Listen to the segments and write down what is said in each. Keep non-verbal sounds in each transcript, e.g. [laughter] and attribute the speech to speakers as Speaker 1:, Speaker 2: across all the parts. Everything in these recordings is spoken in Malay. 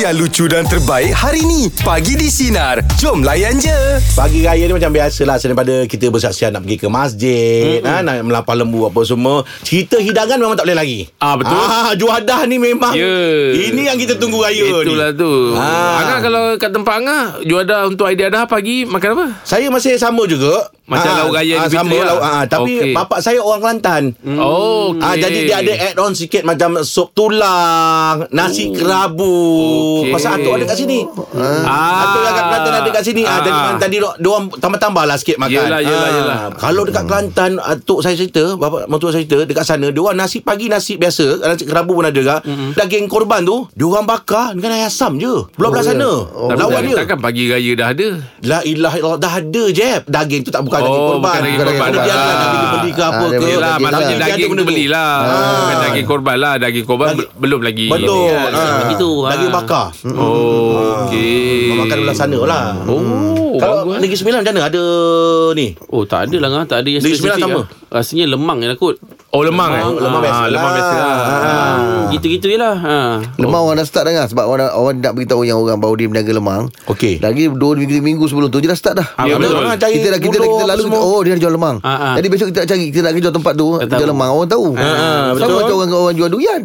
Speaker 1: yang lucu dan terbaik hari ni. Pagi di Sinar. Jom layan je.
Speaker 2: Pagi raya ni macam biasalah Daripada kita bersaksian Nak pergi ke masjid mm-hmm. ha, Nak melapar lembu apa semua Cerita hidangan memang tak boleh lagi
Speaker 3: Ah, betul.
Speaker 2: ah, Juadah ni memang
Speaker 3: Ya.
Speaker 2: Ini yang kita tunggu raya
Speaker 3: Itulah
Speaker 2: ni
Speaker 3: tu
Speaker 2: Ah.
Speaker 3: ha. Angah kalau kat tempat Angah Juada untuk idea dah pagi Makan apa?
Speaker 2: Saya masih sama juga
Speaker 3: Macam
Speaker 2: Ah,
Speaker 3: lauk raya
Speaker 2: ah,
Speaker 3: Idul
Speaker 2: Sama
Speaker 3: Fitri lah.
Speaker 2: lauk ah, Tapi
Speaker 3: Okey.
Speaker 2: bapak saya orang Kelantan
Speaker 3: Hmm. Oh okay.
Speaker 2: Ah, jadi dia ada add on sikit macam sup tulang, nasi kerabu.
Speaker 3: Oh. Okey.
Speaker 2: Pasal atuk ada kat sini.
Speaker 3: Ah.
Speaker 2: Atuk yang lah, kat Kelantan ada kat sini. Ah,
Speaker 3: Ah.
Speaker 2: jadi orang tadi dok- dia orang tambah-tambah lah sikit makan.
Speaker 3: Yelah, yelah, yelah. Hmm.
Speaker 2: Kalau dekat Kelantan, atuk saya cerita, bapak mertua saya cerita, dekat sana dia orang nasi pagi nasi biasa, nasi kerabu pun ada juga.
Speaker 3: Hmm.
Speaker 2: Daging korban tu, dia orang bakar dengan ayam asam je. Belah-belah sana.
Speaker 3: Oh, ya. Tapi
Speaker 2: Lawan
Speaker 3: tak-
Speaker 2: dia. Ya,
Speaker 3: Takkan pagi raya dah ada
Speaker 2: La ilaha illallah dah ada je Daging tu tak bukan
Speaker 3: Oh,
Speaker 2: daging korban
Speaker 3: bukan daging
Speaker 2: Kalau
Speaker 3: korban.
Speaker 2: Dia ada
Speaker 3: Ah.
Speaker 2: nak pergi beli ke apa
Speaker 4: Ah, dia
Speaker 2: ke
Speaker 4: beli
Speaker 3: Yelah
Speaker 4: daging
Speaker 3: maksudnya
Speaker 2: Dia ada
Speaker 3: daging
Speaker 2: benda
Speaker 3: kena
Speaker 2: tu.
Speaker 3: belilah Bukan
Speaker 2: Ah.
Speaker 3: daging korban lah Daging korban bel- belum lagi
Speaker 2: Betul
Speaker 3: Kan?
Speaker 2: ha.
Speaker 5: begitu, ha.
Speaker 4: Ah.
Speaker 2: Daging bakar
Speaker 3: Oh okay.
Speaker 2: Makan ulang sana lah
Speaker 5: Oh,
Speaker 2: Kalau
Speaker 5: bagus.
Speaker 2: Negeri Sembilan macam mana Ada ni
Speaker 5: Oh tak ada lah Ngah. Tak ada yang
Speaker 2: Negeri Sembilan
Speaker 5: spesifik
Speaker 2: sama.
Speaker 5: lah. Rasanya lemang je lah kot
Speaker 3: Oh lemang eh
Speaker 2: lemang
Speaker 3: Ah,
Speaker 2: biasa.
Speaker 3: Lemang biasa lah
Speaker 2: Ah.
Speaker 5: Gitu-gitu je lah ha.
Speaker 4: Lemang orang dah start dah kan Sebab orang, orang nak beritahu Yang orang baru dia berniaga lemang
Speaker 2: Okey.
Speaker 4: Lagi 2 minggu, minggu sebelum tu Dia dah start dah
Speaker 3: Ah, Ya, betul.
Speaker 2: orang cari
Speaker 4: kita dah kita, dah,
Speaker 2: bodoh
Speaker 4: kita
Speaker 2: apa
Speaker 4: lalu kita,
Speaker 2: semua.
Speaker 4: oh dia jual lemang.
Speaker 5: Ah, ah.
Speaker 4: Jadi besok kita nak cari kita nak jual tempat tu jual
Speaker 5: tahu.
Speaker 4: lemang orang tahu.
Speaker 2: ah,
Speaker 4: Sama
Speaker 2: betul.
Speaker 4: macam orang orang jual durian.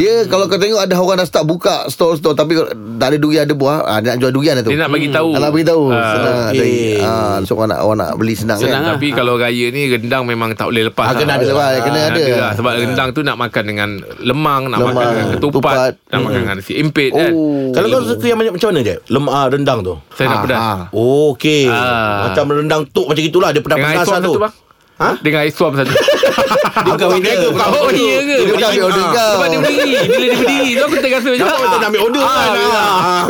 Speaker 4: Dia kalau kau tengok ada orang dah start buka store-store tapi kalau tak ada durian ada buah, ah, dia nak jual durian dah tu.
Speaker 3: Dia nak bagi
Speaker 2: Hmm.
Speaker 3: tahu
Speaker 4: Alah beritahu
Speaker 3: Ah,
Speaker 4: Senang
Speaker 2: okey.
Speaker 4: okay. ah, So orang nak, orang nak beli senang,
Speaker 5: Senang
Speaker 4: kan
Speaker 5: lah.
Speaker 3: Tapi kalau raya ni Rendang memang tak boleh lepas
Speaker 2: Ah, kena
Speaker 4: ada lah, kena
Speaker 3: Ah,
Speaker 4: ada.
Speaker 3: lah. Sebab rendang tu nak makan dengan Lemang Nak makan
Speaker 4: Lemang,
Speaker 3: dengan ketupat
Speaker 4: ketupat. Hmm.
Speaker 3: Nak makan dengan nasi impit kan
Speaker 4: Oh.
Speaker 2: Kalau kau suka yang macam macam mana je Lem, ah, Rendang tu
Speaker 3: Saya nak
Speaker 4: Ah,
Speaker 3: pedas
Speaker 4: ah.
Speaker 2: Oh okey
Speaker 3: Ah.
Speaker 2: Macam rendang tok macam itulah Dia
Speaker 3: Dengan air
Speaker 2: pedas-pedas
Speaker 3: suam
Speaker 2: tu
Speaker 3: satu bang
Speaker 2: Ha?
Speaker 3: Dengan air suam
Speaker 4: [laughs]
Speaker 3: satu
Speaker 2: Dia bukan berniaga bukan
Speaker 3: Oh
Speaker 2: order.
Speaker 3: iya ke
Speaker 4: Dia bukan ambil order
Speaker 2: Ah.
Speaker 4: kau
Speaker 3: Sebab dia berdiri Bila dia berdiri Tu aku terasa macam
Speaker 2: Kau tak nak ambil order
Speaker 3: Ah,
Speaker 2: kan
Speaker 3: yelah. [laughs]
Speaker 2: Ah.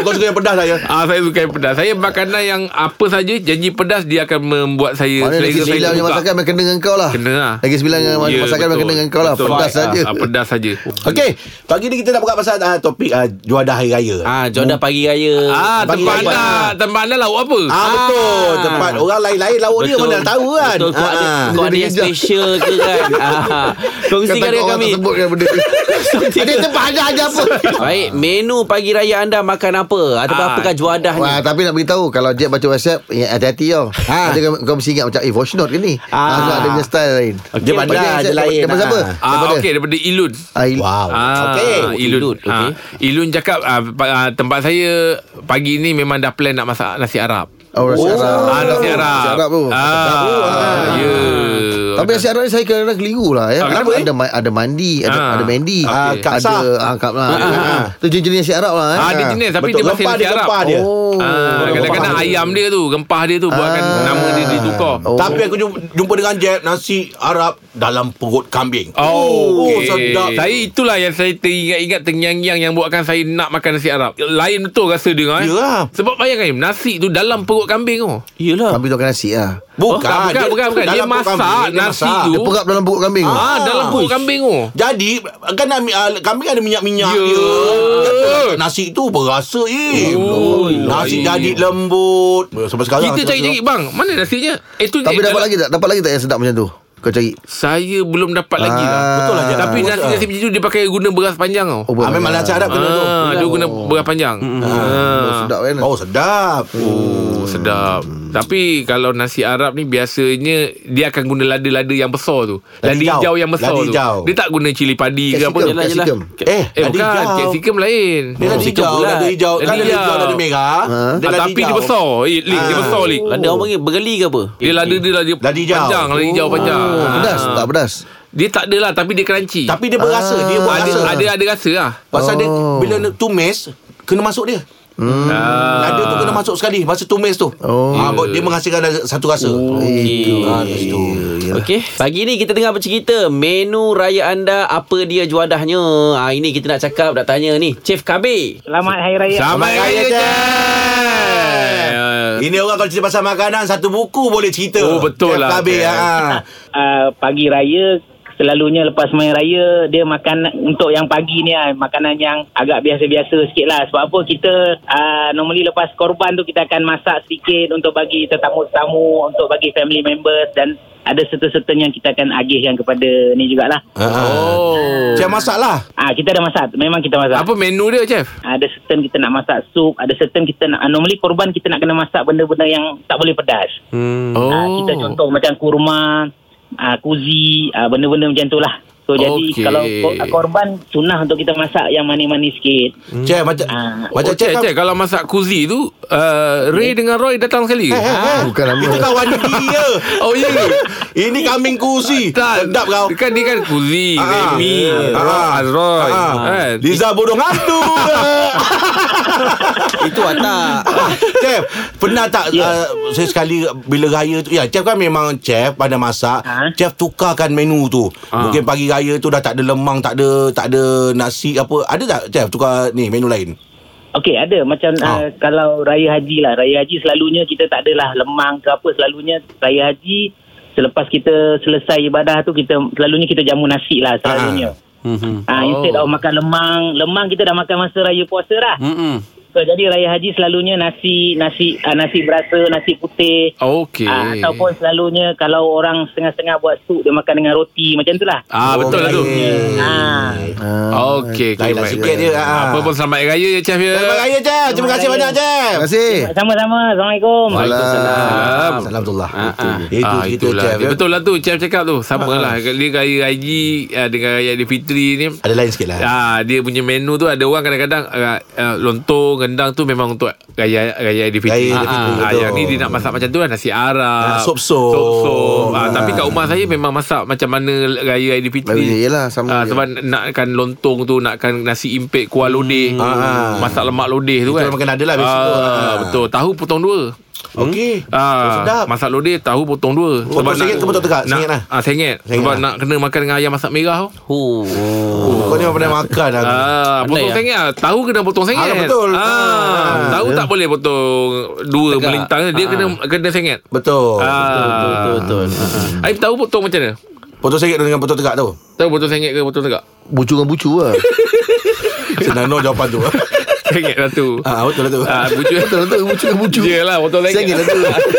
Speaker 2: Kau suka yang pedas tak ya
Speaker 3: Ah saya suka yang pedas. Saya makanan yang apa saja janji pedas dia akan membuat saya
Speaker 4: Mana
Speaker 3: selera
Speaker 4: lagi
Speaker 3: saya
Speaker 4: sembilan punya
Speaker 3: terbuka.
Speaker 4: masakan Makan dengan kau lah
Speaker 3: Kena lah.
Speaker 4: Lagi sembilan punya
Speaker 3: Ya,
Speaker 4: masakan
Speaker 3: betul.
Speaker 4: Makan dengan kau lah
Speaker 3: Betul.
Speaker 4: Pedas
Speaker 3: Ah,
Speaker 4: saja
Speaker 3: ah, Pedas saja.
Speaker 2: Okey, pagi ni kita nak buka pasal uh, topik uh, juadah hari raya. Ah,
Speaker 5: Ah, Jodoh pagi raya
Speaker 3: Ah
Speaker 2: Bagi
Speaker 3: tempat
Speaker 2: lawan.
Speaker 3: anda tempat anda lauk apa?
Speaker 2: ah betul. Tempat
Speaker 3: Ah.
Speaker 2: orang lain-lain lauk dia mana nak tahu kan.
Speaker 5: Betul kau ada,
Speaker 2: Ah,
Speaker 4: Dia
Speaker 5: kau ada yang
Speaker 4: bijak.
Speaker 5: special ke kan ah.
Speaker 4: Kau
Speaker 5: Kongsikan
Speaker 4: takut
Speaker 5: dengan
Speaker 4: orang
Speaker 5: kami
Speaker 4: tak sebut kan benda tu Ada tempat ada ada apa
Speaker 5: Baik Menu pagi raya anda makan apa Ataupun
Speaker 3: Ah.
Speaker 5: apakah juadah ni
Speaker 4: Wah, tapi nak beritahu kalau Jack baca WhatsApp, ya, hati-hati tau. Ha. Dia kau mesti ingat macam eh voice note ke ni?
Speaker 2: Ah.
Speaker 4: Ah. Sebab dia punya style lain.
Speaker 2: Okey. Dia pandai,
Speaker 4: Daripada-
Speaker 2: dia lain.
Speaker 4: Daripada
Speaker 2: Ah.
Speaker 4: siapa?
Speaker 3: Ah okey daripada Ilun.
Speaker 4: Ah, il-
Speaker 2: Wow.
Speaker 3: Ah,
Speaker 2: Okey.
Speaker 3: Ilun.
Speaker 5: Ilun,
Speaker 3: Ilun, ah,
Speaker 5: okey.
Speaker 3: Ilun cakap ah, pa- ah, tempat saya pagi ni memang dah plan nak masak nasi Arab.
Speaker 4: Oh, nasi Arab.
Speaker 3: Ah, nasi Arab.
Speaker 4: Nasi Arab tu. Ah,
Speaker 3: Ah, ya.
Speaker 4: Tapi nasi Arab ni saya kadang-kadang keliru lah ya.
Speaker 3: Ah,
Speaker 4: Ada,
Speaker 3: kenapa, eh?
Speaker 4: ada, ma- ada mandi, ada,
Speaker 3: Ah.
Speaker 4: ada mandi.
Speaker 2: Ah,
Speaker 4: Okey.
Speaker 2: kapsah.
Speaker 4: Ada ah, kap lah. Tu jenis-jenis nasi Arab lah. eh.
Speaker 3: Ah, dia jenis tapi dia
Speaker 2: betul.
Speaker 3: masih
Speaker 2: Lempah
Speaker 3: nasi
Speaker 2: dia,
Speaker 3: Arab.
Speaker 2: lempah dia.
Speaker 4: Oh.
Speaker 3: Ah, kadang-kadang
Speaker 2: Rempah dia.
Speaker 3: ayam dia tu, rempah dia tu buatkan
Speaker 4: Ah.
Speaker 3: nama dia ditukar.
Speaker 4: Oh.
Speaker 2: Tapi aku jumpa, jumpa dengan Jeb nasi Arab dalam perut kambing.
Speaker 3: Oh, okay.
Speaker 2: Oh, sedap.
Speaker 3: Saya itulah yang saya teringat-ingat terngiang-ngiang yang buatkan saya nak makan nasi Arab. Lain betul rasa dia eh.
Speaker 2: Yalah.
Speaker 3: Sebab bayangkan nasi tu dalam perut kambing tu.
Speaker 5: Yelah
Speaker 4: Kambing tu makan nasi lah.
Speaker 2: Bukan,
Speaker 3: tak, Oh, bukan, bukan, bukan. Dia
Speaker 2: dalam perut
Speaker 3: masak
Speaker 2: kambing, dia
Speaker 3: nasi
Speaker 2: masak.
Speaker 3: tu.
Speaker 4: Dia perap dalam perut kambing.
Speaker 3: Ah, dalam perut kambing tu.
Speaker 2: Jadi kan uh, kambing ada minyak-minyak
Speaker 3: Ya.
Speaker 2: dia. Kata, Nasi tu berasa eh.
Speaker 3: Oh,
Speaker 2: nasi
Speaker 3: ilahi.
Speaker 2: jadi lembut. Sampai sekarang
Speaker 3: Kita cari-cari bang, mana nasinya? Eh tu
Speaker 4: Tapi
Speaker 3: eh,
Speaker 4: dapat
Speaker 3: dalam-
Speaker 4: lagi tak? Dapat lagi tak yang sedap macam tu? Kau cari.
Speaker 3: Saya belum dapat lagi lah.
Speaker 4: Ah. Betul lah, Jeb.
Speaker 3: Tapi
Speaker 2: Betul
Speaker 3: nasi
Speaker 2: lah.
Speaker 3: nasi macam tu dia pakai guna beras panjang tau.
Speaker 4: Oh,
Speaker 2: Ah, memang nasi Arab kena tu.
Speaker 3: Ah, dia guna beras panjang.
Speaker 4: Oh,
Speaker 3: Ah.
Speaker 4: Sedap kan?
Speaker 2: Oh sedap.
Speaker 3: Oh, sedap.
Speaker 2: Mm.
Speaker 3: Tapi kalau nasi Arab ni biasanya dia akan guna lada-lada yang besar tu. Lada,
Speaker 2: Lada
Speaker 3: hijau.
Speaker 2: hijau
Speaker 3: yang besar
Speaker 2: Lada
Speaker 3: tu.
Speaker 2: hijau.
Speaker 3: Dia tak guna cili padi ke apa.
Speaker 4: Capsicum,
Speaker 5: Yelah, yelah.
Speaker 4: capsicum.
Speaker 2: Eh,
Speaker 3: Eh
Speaker 2: lada
Speaker 3: bukan,
Speaker 2: hijau.
Speaker 3: capsicum lain.
Speaker 2: Dia lada
Speaker 5: Capsicum
Speaker 2: hijau,
Speaker 5: bulat.
Speaker 2: lada hijau. Kan
Speaker 3: Lada
Speaker 2: lada hijau,
Speaker 3: hijau.
Speaker 2: lada merah. Dia
Speaker 3: Ah,
Speaker 2: lada
Speaker 3: tapi dia
Speaker 2: hijau.
Speaker 3: besar. Eh, lik, dia
Speaker 2: Ah.
Speaker 3: besar lik.
Speaker 5: Lada orang panggil bergeli ke
Speaker 3: Dia
Speaker 5: apa
Speaker 3: lada dia lada,
Speaker 2: Lada hijau. Oh,
Speaker 3: panjang, lada hijau panjang. Ah.
Speaker 4: Oh, Pedas, tak pedas.
Speaker 3: Dia tak adalah tapi dia crunchy.
Speaker 2: Tapi dia berasa, dia
Speaker 3: Ah. ada
Speaker 2: berasa.
Speaker 3: ada ada rasa lah.
Speaker 2: Pasal dia
Speaker 4: Oh.
Speaker 2: bila dia tumis kena masuk dia. Hmm.
Speaker 3: Ah.
Speaker 2: Lada tu kena masuk sekali masa tumis tu.
Speaker 4: Oh.
Speaker 2: Ah, dia menghasilkan ada satu rasa.
Speaker 3: Oh,
Speaker 4: Itu.
Speaker 2: Ah, kat situ.
Speaker 5: Okey, pagi ni kita tengah bercerita menu raya anda apa dia juadahnya. Ha ini kita nak cakap nak tanya ni. Chef Kabir.
Speaker 6: Selamat Hari Raya.
Speaker 3: Selamat Raya
Speaker 2: Raya,
Speaker 3: Jan.
Speaker 2: Ini orang kalau cerita pasal makanan Satu buku boleh cerita
Speaker 3: Oh, betul lah,
Speaker 2: Habis
Speaker 3: Ken.
Speaker 2: ha.
Speaker 6: Uh, pagi Raya selalunya lepas main raya dia makan untuk yang pagi ni lah, makanan yang agak biasa-biasa sikit lah sebab apa kita uh, normally lepas korban tu kita akan masak sedikit untuk bagi tetamu-tetamu untuk bagi family members dan ada serta-sertanya yang kita akan agihkan kepada ni jugalah.
Speaker 2: Ah,
Speaker 3: Oh.
Speaker 2: Macam masak lah
Speaker 6: Ah kita ada masak. Memang kita masak. Ah,
Speaker 3: Apa menu dia, chef?
Speaker 6: Ada certain kita nak masak sup, ada certain kita nak ah, normally korban kita nak kena masak benda-benda yang tak boleh pedas.
Speaker 5: Hmm.
Speaker 3: Oh.
Speaker 6: Ah, kita contoh macam kurma, ah, kuzi, ah, benda-benda macam tu lah. So jadi
Speaker 3: Okey.
Speaker 6: kalau ko- ah, korban sunnah untuk kita masak yang manis-manis sikit.
Speaker 2: Cik macam
Speaker 6: Ah.
Speaker 2: Macam
Speaker 3: Macam Hmm. oh,
Speaker 2: cik
Speaker 3: cek,
Speaker 2: kan
Speaker 3: cek, kalau masak kuzi tu uh, Ray
Speaker 6: Hmm.
Speaker 3: dengan Roy datang sekali
Speaker 2: Eh,
Speaker 3: ke?
Speaker 4: Ah, bukan lama.
Speaker 2: Itu kawan dia
Speaker 3: Oh ya ke?
Speaker 2: Ini kambing
Speaker 3: Ah,
Speaker 2: kusi Sedap kau
Speaker 3: Kan dia kan kuzi
Speaker 2: Ah.
Speaker 3: Remy
Speaker 2: Ah.
Speaker 3: Roy, Azroy
Speaker 2: Ah.
Speaker 3: kan?
Speaker 2: Liza bodong hantu
Speaker 3: [laughs]
Speaker 5: Itu watak.
Speaker 2: Ah, Chef Pernah tak
Speaker 3: Ya.
Speaker 2: yeah. uh, Saya sekali Bila raya tu Ya chef kan memang Chef pada masak
Speaker 6: Ha?
Speaker 2: Chef tukarkan menu tu
Speaker 3: Ah.
Speaker 2: Mungkin pagi raya tu Dah tak ada lemang Tak ada Tak ada nasi apa Ada tak chef Tukar ni menu lain
Speaker 6: Okey ada macam
Speaker 2: Ah.
Speaker 6: ah. uh, kalau raya haji lah. Raya haji selalunya kita tak adalah lemang ke apa. Selalunya raya haji selepas kita selesai ibadah tu kita selalunya kita jamu nasi lah selalunya.
Speaker 5: Hmm.
Speaker 6: Ah, instead
Speaker 3: Oh.
Speaker 6: of makan lemang, lemang kita dah makan masa raya puasa dah.
Speaker 5: Hmm.
Speaker 6: So jadi raya haji selalunya nasi nasi ah, nasi berasa, nasi putih.
Speaker 3: Okey
Speaker 6: Ah, ataupun selalunya kalau orang setengah-setengah buat sup dia makan dengan roti macam tu lah.
Speaker 3: Ah betul lah tu
Speaker 6: Ah.
Speaker 4: Ah.
Speaker 3: Okey
Speaker 2: Lain lah sikit dia ah.
Speaker 3: Apa pun selamat hari raya ya chef ya
Speaker 2: Selamat raya chef Terima kasih
Speaker 6: Selamat
Speaker 2: banyak chef
Speaker 4: Terima kasih.
Speaker 6: Sama-sama. Assalamualaikum.
Speaker 3: Waalaikumsalam
Speaker 2: Alhamdulillah
Speaker 3: Ah, ah.
Speaker 2: Itu
Speaker 3: Ah,
Speaker 2: cerita
Speaker 3: itulah.
Speaker 2: chef Ah.
Speaker 3: Dia
Speaker 2: ya.
Speaker 3: Betul lah tu Chef cakap tu Sama lah Dia kaya haji ah, Dengan raya Adil Fitri ni
Speaker 2: Ada lain sikit lah
Speaker 3: Ah dia punya menu tu ada orang kadang-kadang uh, uh, lontong rendang tu memang untuk raya raya
Speaker 2: Raya Aidilfitri,
Speaker 3: Aidilfitri. Ah, ah,
Speaker 2: betul.
Speaker 3: yang ni dia nak masak macam tu lah nasi
Speaker 2: Ah,
Speaker 3: Arab.
Speaker 2: sop-sop.
Speaker 3: Sop-sop.
Speaker 2: Ah.
Speaker 3: Ah, tapi kat rumah saya memang masak macam mana raya
Speaker 4: Raya,
Speaker 3: Aidilfitri.
Speaker 4: yelah, sama
Speaker 3: Ah,
Speaker 4: je.
Speaker 3: sebab nakkan lontong tu nakkan nasi impek kuah lodeh.
Speaker 2: Ah.
Speaker 3: Masak lemak lodeh tu
Speaker 2: Itu
Speaker 3: kan.
Speaker 2: memang kena ada lah biasa. Ah.
Speaker 3: Ah, betul. Tahu potong dua. Hmm?
Speaker 2: Okey Oh,
Speaker 3: Ah,
Speaker 2: sedap.
Speaker 3: masak lodeh tahu potong dua.
Speaker 2: Potong sengit ke potong tegak? Sengit lah.
Speaker 3: lah. Ah, sengit.
Speaker 2: Sengit
Speaker 3: Sebab
Speaker 2: lah.
Speaker 3: nak kena makan dengan ayam masak merah tu.
Speaker 5: Oh.
Speaker 2: Kau ni memang pernah makan lah
Speaker 3: Ah,
Speaker 5: Pandai
Speaker 3: potong
Speaker 5: ya?
Speaker 3: sengit lah. Tahu kena potong sengit.
Speaker 2: Ah, betul.
Speaker 3: Ah,
Speaker 2: Ah,
Speaker 3: tahu
Speaker 2: ya.
Speaker 3: tak boleh potong dua
Speaker 5: Tegak.
Speaker 3: melintang. Dia
Speaker 5: Ah.
Speaker 3: kena kena sengit.
Speaker 2: Oh, Betul
Speaker 3: ah.
Speaker 5: Betul, betul, betul.
Speaker 3: Aib tahu potong macam mana?
Speaker 2: Potong sengit dengan potong tegak tu
Speaker 3: Tahu potong sengit ke potong tegak? [laughs]
Speaker 4: Bucu dengan bucu lah.
Speaker 2: Senano jawapan
Speaker 3: [laughs]
Speaker 2: tu
Speaker 3: Sengit lah tu.
Speaker 2: Ah Betul lah tu
Speaker 3: Ah, bucu
Speaker 4: Betul betul bucu dengan bucu.
Speaker 3: Yelah, potong sengit.
Speaker 4: Sengit lah
Speaker 3: [laughs]
Speaker 4: tu.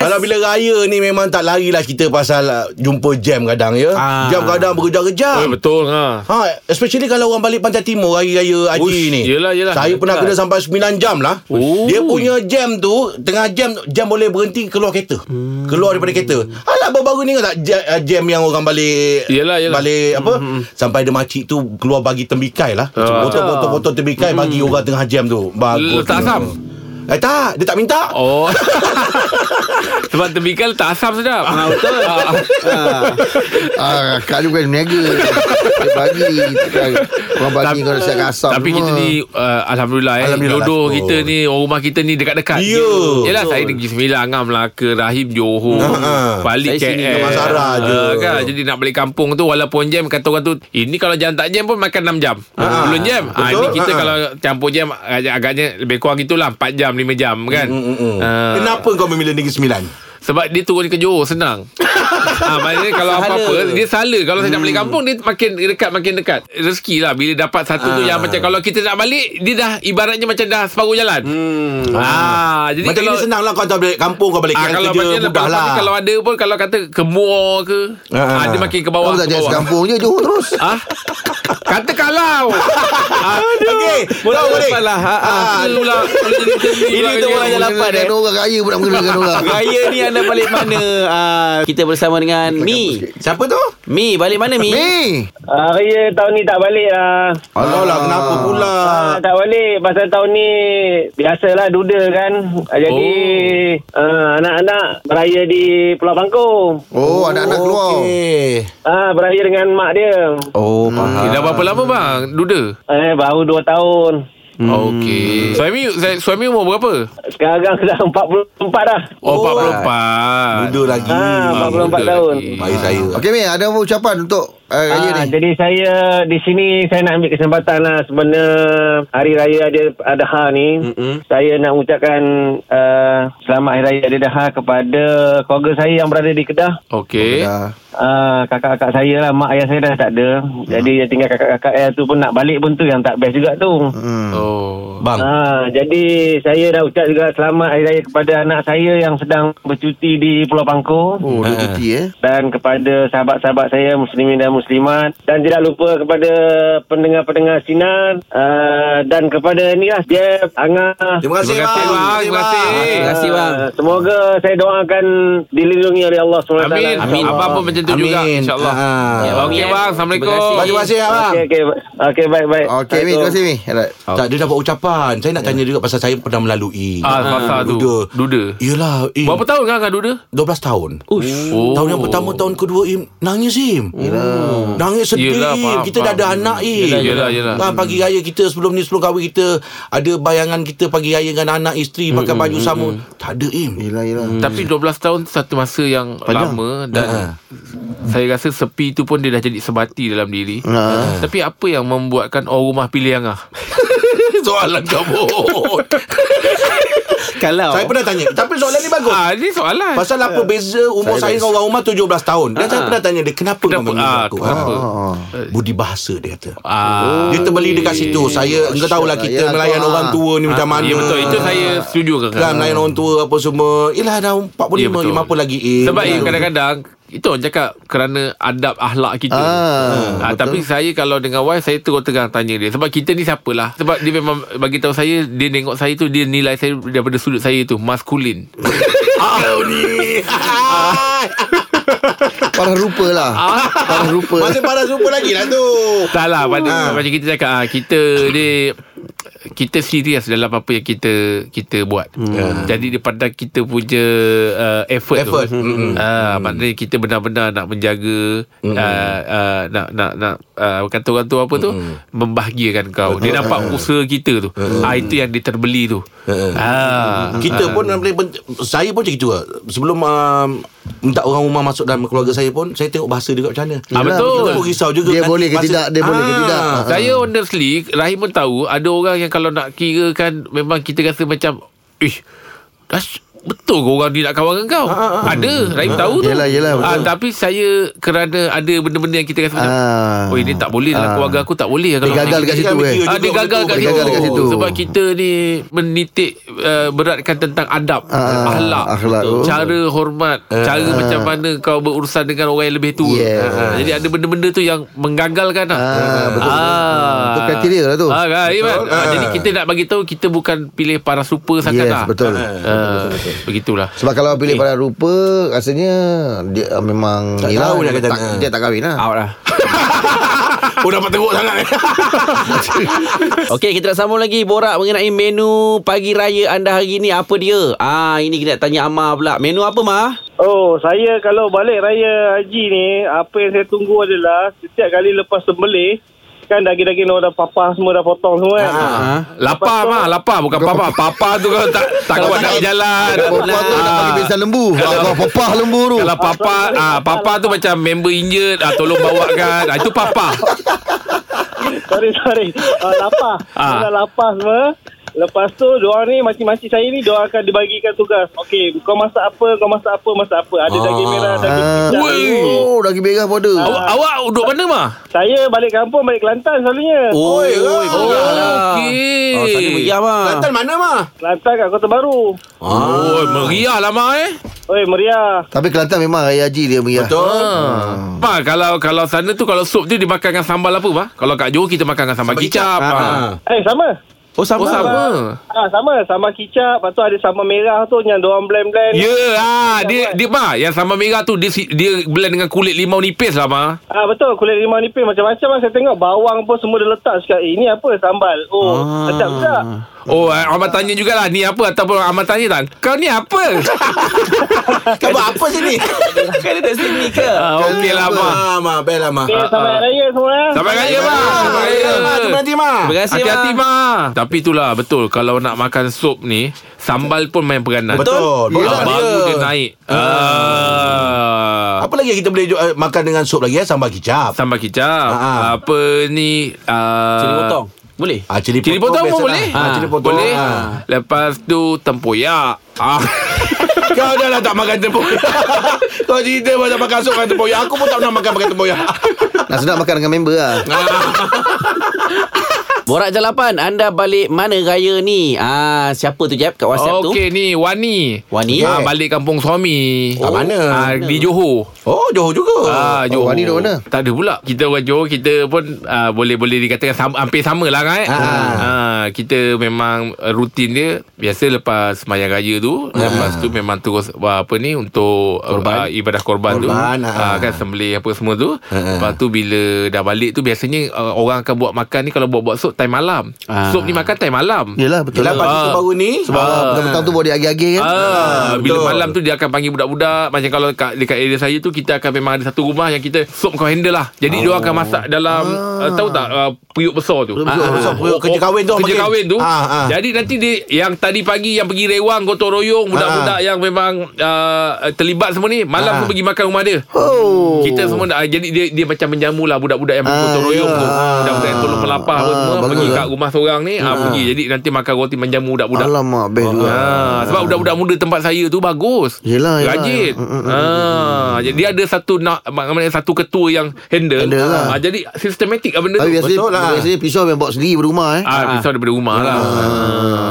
Speaker 2: Kalau bila raya ni memang tak larilah kita pasal ah, jumpa jam kadang ya.
Speaker 5: Ah.
Speaker 2: Jam kadang
Speaker 3: Oh,
Speaker 2: berkejar-kejar.
Speaker 3: betul ha.
Speaker 2: ha, especially kalau orang balik Pantai Timur raya-raya haji
Speaker 3: Ush,
Speaker 2: ni.
Speaker 3: yelah, yelah.
Speaker 2: Saya pernah kena sampai 9 jam lah.
Speaker 3: Oh.
Speaker 2: Dia punya jam tu, tengah jam jam boleh berhenti keluar kereta. Hmm. Keluar daripada kereta. Alah baru-baru ni kan tak jam, jam yang orang balik
Speaker 3: Yelah, yelah. Hmm,
Speaker 2: balik apa sampai ada makcik tu keluar bagi tembikai lah.
Speaker 3: Ah.
Speaker 2: Botol-botol-botol tembikai bagi orang tengah jam tu. Bagus.
Speaker 3: Letak asam?
Speaker 2: Eh tak, dia tak minta.
Speaker 3: Oh. [laughs] Sebab tembikal tak asam sedap. Ah, betul.
Speaker 4: Ah, kak ni bukan meniaga. Dia bagi. Orang bagi kau nak siapkan asam.
Speaker 3: Tapi
Speaker 4: semua.
Speaker 3: kita ni uh, Alhamdulillah,
Speaker 2: Alhamdulillah
Speaker 3: Alhamdulillah eh, Jodoh
Speaker 2: lah.
Speaker 3: kita ni Orang rumah kita ni Dekat-dekat
Speaker 2: Ya.
Speaker 3: Yelah saya negeri sembilan Angam lah ke Rahim Johor
Speaker 2: Ha, ha.
Speaker 3: Balik
Speaker 5: Saya sini
Speaker 3: KL
Speaker 5: ke
Speaker 2: Masara
Speaker 3: Ah,
Speaker 2: je.
Speaker 3: kan? Jadi nak balik kampung tu Walaupun jam Kata orang tu Ini kalau jam tak jam pun Makan 6 jam ha. Belum jam ha,
Speaker 2: Betul.
Speaker 3: Ini
Speaker 2: Ha,
Speaker 3: kita
Speaker 2: ha.
Speaker 3: kalau Campur jam agak- Agaknya lebih kurang itulah 4 jam 5 jam kan
Speaker 2: Mm-mm.
Speaker 3: Ah,
Speaker 2: Kenapa kau memilih Negeri Sembilan?
Speaker 3: Sebab dia turun ke Johor Senang ha, Maknanya kalau
Speaker 5: Sahala.
Speaker 3: apa-apa Dia salah Kalau saya nak balik kampung Dia makin dekat Makin dekat Rezeki lah Bila dapat satu tu Yang macam Kalau kita nak balik Dia dah Ibaratnya macam dah Separuh jalan hmm. ha, Jadi
Speaker 2: Macam
Speaker 3: kalau
Speaker 2: ini senang lah kau hantar balik kampung kau balik
Speaker 3: Ah,
Speaker 2: KL
Speaker 3: kalau
Speaker 2: kerja
Speaker 3: macam
Speaker 2: mudah
Speaker 3: lepas
Speaker 2: lah.
Speaker 3: lah. kalau ada pun kalau kata kemur ke
Speaker 2: Ah.
Speaker 3: ah, dia makin ke
Speaker 4: Kau
Speaker 3: bawah. Ke
Speaker 4: tak jalan
Speaker 3: bawah.
Speaker 4: sekampung je Johor terus.
Speaker 3: Ah? Kata kalau. ah,
Speaker 2: Okey, kau boleh.
Speaker 5: Lah. Ha, ha.
Speaker 3: itulah. lah,
Speaker 5: Ini tu orang yang lapan eh.
Speaker 4: Kan orang kaya pun nak menggunakan
Speaker 3: [laughs]
Speaker 4: orang.
Speaker 5: Raya ni anda balik mana? Ah, kita bersama dengan Mi.
Speaker 2: Siapa tu?
Speaker 5: Mi balik mana Mi?
Speaker 4: Ni.
Speaker 6: Ah, raya tahun ni tak balik lah.
Speaker 2: Alah lah kenapa pula?
Speaker 6: Ah, tak balik pasal tahun ni biasalah duda kan. Ah, Jadi
Speaker 3: Oh.
Speaker 6: ah, anak-anak beraya di Pulau Bangkong.
Speaker 4: Oh, anak-anak keluar.
Speaker 2: Okey.
Speaker 6: Ah, beraya dengan mak dia.
Speaker 2: Oh, faham.
Speaker 3: Eh, Dah berapa lama bang? Duda.
Speaker 6: Eh, baru 2 tahun.
Speaker 3: Hmm. Okey. Suami suami umur berapa?
Speaker 6: Sekarang [laughs] dah 44 dah.
Speaker 3: Oh,
Speaker 2: Oh,
Speaker 3: 44.
Speaker 2: Muda lagi.
Speaker 6: Ah, 44
Speaker 3: muda
Speaker 6: tahun.
Speaker 3: lagi.
Speaker 2: lah, Baik saya.
Speaker 4: Okey, Mi, ada apa ucapan untuk uh, raya
Speaker 6: Ah,
Speaker 4: ni?
Speaker 6: jadi saya di sini saya nak ambil kesempatan lah sebenarnya hari raya Adil Adha ni
Speaker 5: Mm-mm.
Speaker 6: saya nak mengucapkan uh, selamat hari raya Adil Adha kepada keluarga saya yang berada di Kedah
Speaker 3: Okey.
Speaker 4: Dah.
Speaker 6: Ah, kakak-kakak saya lah mak ayah saya dah tak ada jadi yang tinggal kakak-kakak ayah tu pun nak balik pun tu yang tak best juga tu
Speaker 4: Hmm.
Speaker 3: Oh. Oh.
Speaker 2: Bang.
Speaker 6: Ha, jadi saya dah ucap juga selamat hari raya kepada anak saya yang sedang bercuti di Pulau Pangkor.
Speaker 4: Oh, dia cuti eh.
Speaker 6: dan kepada sahabat-sahabat saya muslimin dan muslimat dan tidak lupa kepada pendengar-pendengar sinar uh, dan kepada ni lah Jeff Angah
Speaker 2: Terima kasih,
Speaker 3: Terima kasih, bang. Terima kasih.
Speaker 5: Terima kasih bang.
Speaker 6: Ah, semoga saya doakan dilindungi oleh Allah SWT
Speaker 3: Amin. Amin. Abang pun macam tu juga.
Speaker 2: Amin.
Speaker 3: InsyaAllah.
Speaker 2: Ah.
Speaker 3: Ya, Okey bang. Assalamualaikum.
Speaker 5: Terima kasih.
Speaker 2: Terima kasih abang.
Speaker 6: Okay, okay, okay, baik-baik
Speaker 4: Okey, Mi, terima kasih Mi. Alright.
Speaker 2: Tak, dia dapat ucapan. Saya nak tanya juga pasal saya pernah melalui.
Speaker 3: Ya. Ah, pasal tu. Duda.
Speaker 2: Yelah, Im.
Speaker 3: Berapa tahun kan Kak Duda?
Speaker 2: 12 tahun.
Speaker 5: Ush.
Speaker 3: Oh.
Speaker 2: Tahun yang pertama, tahun kedua, Im. Nangis, Im. Yelah. Nangis sedih.
Speaker 3: Yelah, faham,
Speaker 2: kita dah
Speaker 3: faham.
Speaker 2: ada anak, Im.
Speaker 3: Yelah, yelah, yelah.
Speaker 2: Ah, pagi raya kita sebelum ni, sebelum kahwin kita, ada bayangan kita pagi raya dengan anak, isteri, pakai baju sama. Tak ada, Im.
Speaker 4: Yelah, yelah.
Speaker 3: Hmm. Tapi 12 tahun tu satu masa yang lama dan
Speaker 2: Ha.
Speaker 3: saya rasa sepi tu pun dia dah jadi sebati dalam diri.
Speaker 4: Ha.
Speaker 3: Tapi apa yang membuatkan orang rumah pilih angah? Soalan kamu.
Speaker 5: Kalau
Speaker 2: Saya pernah tanya. Tapi soalan ni bagus.
Speaker 3: [laughs] ah, ini soalan.
Speaker 2: Pasal apa beza umur saya, dengan orang rumah 17 tahun. Dan saya pernah tanya dia kenapa kau
Speaker 3: kenapa?
Speaker 2: memilih
Speaker 3: Ah,
Speaker 2: aku?
Speaker 3: kenapa?
Speaker 4: Oh.
Speaker 2: Ah. Budi bahasa dia kata.
Speaker 3: Ah.
Speaker 2: Dia terbeli dekat situ. Saya engkau tahulah
Speaker 4: Masya
Speaker 2: kita
Speaker 4: Allah.
Speaker 2: melayan
Speaker 4: Ah.
Speaker 2: orang tua ni macam mana.
Speaker 3: Ya betul itu saya setuju kan.
Speaker 2: Kan melayan orang tua apa semua. Yelah dah 45
Speaker 3: Ya, betul.
Speaker 2: lima pun lagi. Eh,
Speaker 3: Sebab ya,
Speaker 2: betul.
Speaker 3: kadang-kadang itu orang cakap kerana adab ahlak kita.
Speaker 4: Ah,
Speaker 3: Ah, tapi saya kalau dengan wife saya terus terang tanya dia sebab kita ni siapalah. Sebab dia memang bagi tahu saya dia tengok saya tu dia nilai saya daripada sudut saya tu maskulin.
Speaker 4: Parah rupa lah.
Speaker 3: Ah.
Speaker 4: Parah rupa.
Speaker 2: Masih paras rupa lagi lah tu.
Speaker 3: tak lah pada, macam kita cakap ah, kita dia kita serius dalam apa yang kita kita buat. Hmm. Jadi daripada kita punya uh, effort,
Speaker 2: Effort.
Speaker 3: tu. Hmm. Ah, maknanya kita benar-benar nak menjaga hmm. uh, uh, nak nak nak uh, kata orang tu apa tu hmm. membahagiakan kau. Dia nampak usaha kita tu. Hmm. Ah itu yang dia terbeli tu. Hmm. Ah.
Speaker 2: [laughs] Kita pun dalam benda- Saya pun macam gitu lah. Sebelum um, Minta orang rumah masuk dalam keluarga saya pun Saya tengok bahasa dia kat macam mana
Speaker 3: Ah, betul.
Speaker 2: Kita pun risau juga
Speaker 4: Dia
Speaker 2: nanti
Speaker 4: boleh ke
Speaker 2: bahasa- Ah.
Speaker 4: tidak, dia boleh ke tidak.
Speaker 3: Saya honestly Rahim pun tahu Ada orang yang kalau nak kira kan Memang kita rasa macam Ish das, Betul ke orang ni nak kawan dengan
Speaker 4: Ah,
Speaker 3: kau Ada Rahim tahu tu
Speaker 4: Yelah, yelah, betul.
Speaker 3: Ah, Tapi saya Kerana ada benda-benda yang kita rasa macam
Speaker 4: Ah.
Speaker 3: Oh ini tak boleh Dalam
Speaker 4: Ah.
Speaker 3: keluarga aku tak boleh lah kalau
Speaker 4: Dia gagal
Speaker 3: macam
Speaker 4: dekat
Speaker 3: ni."
Speaker 4: situ eh.
Speaker 3: Ah, dia gagal kat
Speaker 4: Dia
Speaker 3: situ.
Speaker 4: gagal dekat situ.
Speaker 3: Sebab kita ni menitik uh, beratkan tentang adab,
Speaker 4: Ah,
Speaker 3: akhlak,
Speaker 4: akhlak tu.
Speaker 3: cara hormat, cara macam mana kau berurusan dengan orang yang lebih tua.
Speaker 4: Yeah.
Speaker 3: Ah, jadi ada benda-benda tu yang menggagalkan lah.
Speaker 4: Ah, betul,
Speaker 3: Ah.
Speaker 4: Itu kriteria lah tu.
Speaker 3: Ah, kan, Iman? Ah, jadi kita nak bagi tahu kita bukan pilih para super sangat
Speaker 4: Yes,
Speaker 3: lah. Eh.
Speaker 4: betul.
Speaker 3: Ah, begitulah.
Speaker 4: Sebab kalau pilih pada rupa Rasanya Dia uh, memang
Speaker 2: Tak
Speaker 4: yelah,
Speaker 2: tahu dia kata.
Speaker 4: tak, Dia tak kahwin lah
Speaker 5: out lah
Speaker 2: Oh dapat teruk sangat eh.
Speaker 5: Okey kita nak sambung lagi borak mengenai menu pagi raya anda hari ni apa dia? Ah ini kita nak tanya Amar pula. Menu apa Ma?
Speaker 6: Oh, saya kalau balik raya haji ni, apa yang saya tunggu adalah setiap kali lepas sembelih, kan daging-daging orang dah papah semua dah potong semua kan.
Speaker 5: Ah.
Speaker 3: Lapar
Speaker 6: Lepas tu-
Speaker 3: mah, lapar bukan papa. Papa tu kalau tak tak
Speaker 4: Kalau
Speaker 3: kuat
Speaker 4: tak-
Speaker 3: nak berjalan.
Speaker 4: Popah tu nak
Speaker 3: Ah.
Speaker 4: bagi pisang lembu Kalau popah lembu tu
Speaker 3: Kalau papa ah, papa tu macam member injured ah, tolong bawakan. Ah, itu papa.
Speaker 6: Sorry, sorry. Uh, lapar.
Speaker 3: Ah.
Speaker 6: Ah. Dah lapar semua. Lepas tu, diorang ni, macam-macam saya ni, diorang akan dibagikan tugas. Okey, kau masak apa, kau masak apa, masak apa. Ada daging merah, daging
Speaker 4: Ah.
Speaker 6: pincang.
Speaker 3: Weh.
Speaker 4: Oh lagi merah pada
Speaker 3: Awak awak duduk mana mah?
Speaker 6: Saya balik kampung, balik Kelantan selalunya. Oh.
Speaker 2: Oi, oi,
Speaker 5: Oh,
Speaker 3: Ah.
Speaker 5: lah.
Speaker 3: Okey.
Speaker 5: Oh, tadi meriah Ma.
Speaker 2: Kelantan mana mah?
Speaker 6: Kelantan kat Kota Baru.
Speaker 3: Oh, meriah lah mah eh.
Speaker 6: Oi, meriah.
Speaker 4: Tapi Kelantan memang Raya Haji dia ya. merah
Speaker 2: Betul.
Speaker 3: Ha. Ma, kalau kalau sana tu kalau sup tu dimakan dengan sambal apa mah? Kalau kat Johor kita makan dengan sambal,
Speaker 2: Sambal
Speaker 3: kicap.
Speaker 2: kicap.
Speaker 3: Ha.
Speaker 6: Eh, sama.
Speaker 5: Oh
Speaker 3: Oh,
Speaker 5: sama.
Speaker 3: sama.
Speaker 6: Ah, sama. Sama kicap. Lepas tu ada sambal merah tu yang diorang blend-blend.
Speaker 3: Ya, ah, dia dia mah yang sambal merah tu dia si- dia blend dengan kulit limau nipis lah mah.
Speaker 6: Ah betul kulit limau nipis macam-macam lah. saya tengok bawang pun semua dia letak sekat. Eh, ini apa sambal? Oh, ah. sedap tak?
Speaker 3: Oh, eh, Ahmad tanya jugalah ni apa ataupun Ahmad tanya tak? Kau ni apa?
Speaker 2: Kau buat apa sini?
Speaker 5: Kan dia tak sini ke?
Speaker 3: ah, okey lah mah.
Speaker 2: Ah, ma, baik lah ma.
Speaker 6: Okey, sambal uh, raya semua.
Speaker 3: Sampai raya mah. Sampai
Speaker 2: Ah,
Speaker 3: raya.
Speaker 2: baiklah, Ma. Terima kasih ma.
Speaker 5: Terima kasih Ma. Ah.
Speaker 3: Hati-hati mah. Tapi itulah betul kalau nak makan sup ni sambal pun main peranan.
Speaker 2: Betul.
Speaker 3: Ah,
Speaker 2: Yelah,
Speaker 3: baru
Speaker 2: dia.
Speaker 3: dia naik. Ah.
Speaker 2: Apa lagi yang kita boleh ju- eh, makan dengan sup lagi eh? Sambal kicap.
Speaker 3: Sambal kicap.
Speaker 2: Ah, ah.
Speaker 3: Apa ni? ah,
Speaker 5: Cili potong. Boleh?
Speaker 2: Ah, cili,
Speaker 3: Cili potong pun
Speaker 2: biasalah.
Speaker 3: boleh.
Speaker 2: Ah, cili potong.
Speaker 3: Boleh.
Speaker 2: Ah.
Speaker 3: Lepas tu tempoyak. Ah.
Speaker 2: Kau dah lah tak makan tempoyak. Kau cerita pasal makan sup makan tempoyak. Aku pun tak pernah makan makan tempoyak.
Speaker 4: Nak sedap makan dengan member lah
Speaker 5: Borak Jalapan, anda balik mana raya ni? Ah, siapa tu Jeb kat WhatsApp tu?
Speaker 3: [laughs] Okey ni Wani.
Speaker 5: Wani?
Speaker 3: Ah, balik kampung suami.
Speaker 2: Kat eh? mana?
Speaker 3: Ah, di Johor.
Speaker 2: Oh, Johor juga.
Speaker 3: Ah, Johor.
Speaker 4: Wani duduk mana?
Speaker 3: Tak ada pula. Kita orang Johor kita pun ah, boleh boleh dikatakan sama, hampir sama lah kan. Ah. ah kita memang ah, rutin dia biasa lepas sembahyang raya tu, ah. lepas tu memang terus ah, apa ni untuk korban. Ah, ibadah korban,
Speaker 2: Korban,
Speaker 3: tu.
Speaker 2: ah.
Speaker 3: Ah. kan sembelih apa semua tu. Ah. Lepas tu bila dah balik tu biasanya ah, orang akan buat makan ni kalau buat-buat sup time malam.
Speaker 5: Ah.
Speaker 3: Ah. Sup ni makan time malam.
Speaker 4: Yelah betul
Speaker 2: Yelah,
Speaker 4: lah
Speaker 2: pagi tu
Speaker 3: Ah.
Speaker 2: baru ni.
Speaker 4: Sebab petang-petang tu bawa dia agi-agi kan
Speaker 3: Ah, bila
Speaker 2: betul.
Speaker 3: malam tu dia akan panggil budak-budak macam kalau kat, dekat area saya tu kita akan memang ada satu rumah yang kita sop kau handle lah. Jadi dia akan masak dalam ah. uh, tahu tak uh, periuk besar tu.
Speaker 2: Oh. Periuk besar, periuk
Speaker 3: Oh,
Speaker 2: kerja kahwin tu
Speaker 3: Kerja
Speaker 2: makin.
Speaker 3: kahwin tu.
Speaker 2: Ah, ah.
Speaker 3: Jadi nanti dia yang tadi pagi yang pergi rewang gotong royong budak-budak yang memang uh, terlibat semua ni malam
Speaker 2: Ah.
Speaker 3: tu pergi makan rumah dia.
Speaker 4: Oh
Speaker 3: Kita semua nak, ah, jadi dia dia macam menjamu lah budak-budak yang
Speaker 4: Ah,
Speaker 3: bergotong royong tu.
Speaker 4: ya.
Speaker 3: Budak-budak yang tolong pelapar apa
Speaker 4: Ah,
Speaker 3: semua
Speaker 4: bagus
Speaker 3: pergi
Speaker 2: eh.
Speaker 4: lah.
Speaker 3: kat rumah seorang ni
Speaker 2: Hmm.
Speaker 3: ah pergi. Jadi nanti makan roti menjamu budak-budak.
Speaker 4: Alamak best juga
Speaker 3: Ah, sebab budak-budak muda tempat saya tu bagus.
Speaker 4: Yelah, yelah.
Speaker 3: Rajin.
Speaker 4: Mm, mm,
Speaker 3: Ah, jadi dia ada satu nak maknanya satu ketua yang handle.
Speaker 4: Handle lah.
Speaker 3: Ah, jadi sistematik lah benda
Speaker 4: Tapi
Speaker 3: tu.
Speaker 4: biasanya
Speaker 2: Betul lah.
Speaker 4: Biasanya pisau memang bawa sendiri berumah eh
Speaker 3: Ah, pisau daripada rumah lah.